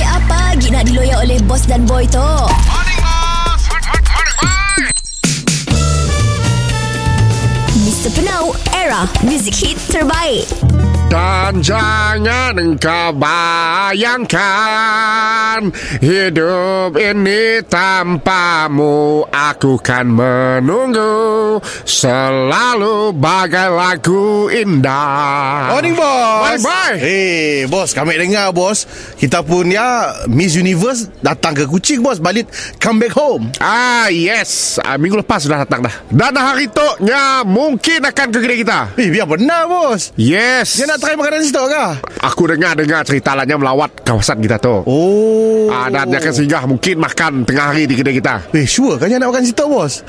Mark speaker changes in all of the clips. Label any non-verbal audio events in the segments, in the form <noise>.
Speaker 1: lagi nak diloyak oleh bos dan boy tu? Mr. Penau, era music hit terbaik.
Speaker 2: Dan jangan engkau bayangkan Hidup ini tanpamu Aku kan menunggu Selalu bagai lagu indah
Speaker 3: Morning bos
Speaker 2: Ah. Morning, boy.
Speaker 3: Eh bos kami dengar bos Kita pun ya Miss Universe datang ke Kuching bos Balik come back home
Speaker 2: Ah yes ah, Minggu lepas sudah datang dah Dan hari tu ya, Mungkin akan ke kedai kita
Speaker 3: Eh biar benar bos
Speaker 2: Yes
Speaker 3: Dia nak try makanan situ kah?
Speaker 2: Aku dengar-dengar cerita lainnya melawat kawasan kita tu
Speaker 3: Oh
Speaker 2: Ah, dan dia akan singgah mungkin makan tengah hari di kedai kita
Speaker 3: Eh sure kan nak makan situ bos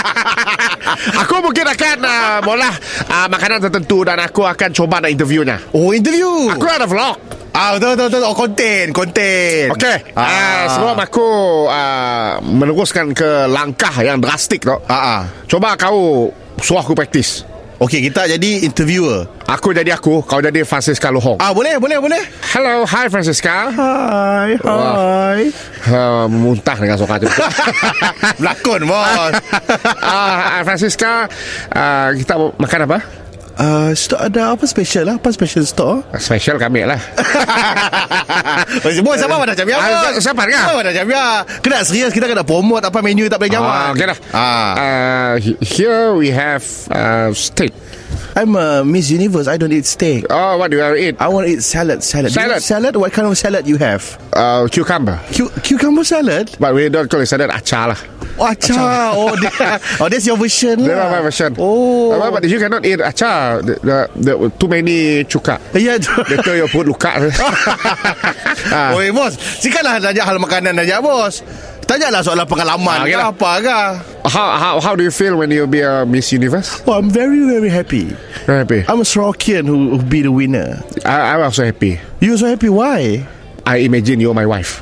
Speaker 2: <laughs> Aku mungkin akan uh, Mula uh, Makanan tertentu Dan aku akan cuba nak interviewnya
Speaker 3: Oh interview
Speaker 2: Aku ada vlog
Speaker 3: Ah betul betul betul Oh konten Konten
Speaker 2: Okey ah. uh,
Speaker 3: Ah
Speaker 2: Sebelum aku uh, Meneruskan ke langkah yang drastik tu
Speaker 3: Ah ah
Speaker 2: Cuba kau Suruh aku praktis
Speaker 3: Okey kita jadi interviewer
Speaker 2: Aku jadi aku Kau jadi Francisca Lohong
Speaker 3: Ah boleh boleh boleh
Speaker 2: Hello, hi Francisca
Speaker 3: Hai Hai
Speaker 2: uh, Muntah dengan suara <laughs> tu
Speaker 3: Berlakon bos <laughs>
Speaker 2: uh, Francisca uh, Kita mau makan apa?
Speaker 3: uh, Stok ada apa special lah Apa special stok
Speaker 2: Special kami
Speaker 3: <laughs>
Speaker 2: lah
Speaker 3: Bos sabar pada jam biar
Speaker 2: Ah,
Speaker 3: bos
Speaker 2: sabar ke?
Speaker 3: Sabar pada jam biar Kena serius kita kena promote Apa menu tak boleh jawab
Speaker 2: Ah, okay dah.
Speaker 3: ah.
Speaker 2: Uh, he- here we have uh, steak.
Speaker 3: I'm a Miss Universe I don't eat steak
Speaker 2: Oh, what do you eat?
Speaker 3: I want to eat salad Salad Do you
Speaker 2: Salad.
Speaker 3: eat salad What kind of salad you have
Speaker 2: Uh, cucumber.
Speaker 3: Cu- Cucumber salad
Speaker 2: But we don't call it salad acar lah.
Speaker 3: Oh acar Oh, <laughs> that, oh that's your version
Speaker 2: They
Speaker 3: lah
Speaker 2: are my version.
Speaker 3: Oh
Speaker 2: Uh, but you cannot eat acar. The, the, the, too many cuka.
Speaker 3: Ya <laughs>
Speaker 2: Later your perut luka.
Speaker 3: Ah.
Speaker 2: Ah.
Speaker 3: Oi bos Sikanlah tanya hal makanan Najak bos Tanyalah soalan
Speaker 2: Ah,
Speaker 3: pengalaman ah,
Speaker 2: okey
Speaker 3: ke
Speaker 2: lah.
Speaker 3: apa ke
Speaker 2: how, how, how do you feel when you be a Miss Universe?
Speaker 3: Oh I'm very very happy
Speaker 2: Very happy.
Speaker 3: I'm a Sorokian who, who be the winner
Speaker 2: I, I'm also happy.
Speaker 3: You so happy why?
Speaker 2: I imagine you're my wife.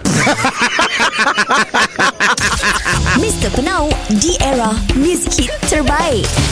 Speaker 1: Mr. Penau, di era music hit terbaik.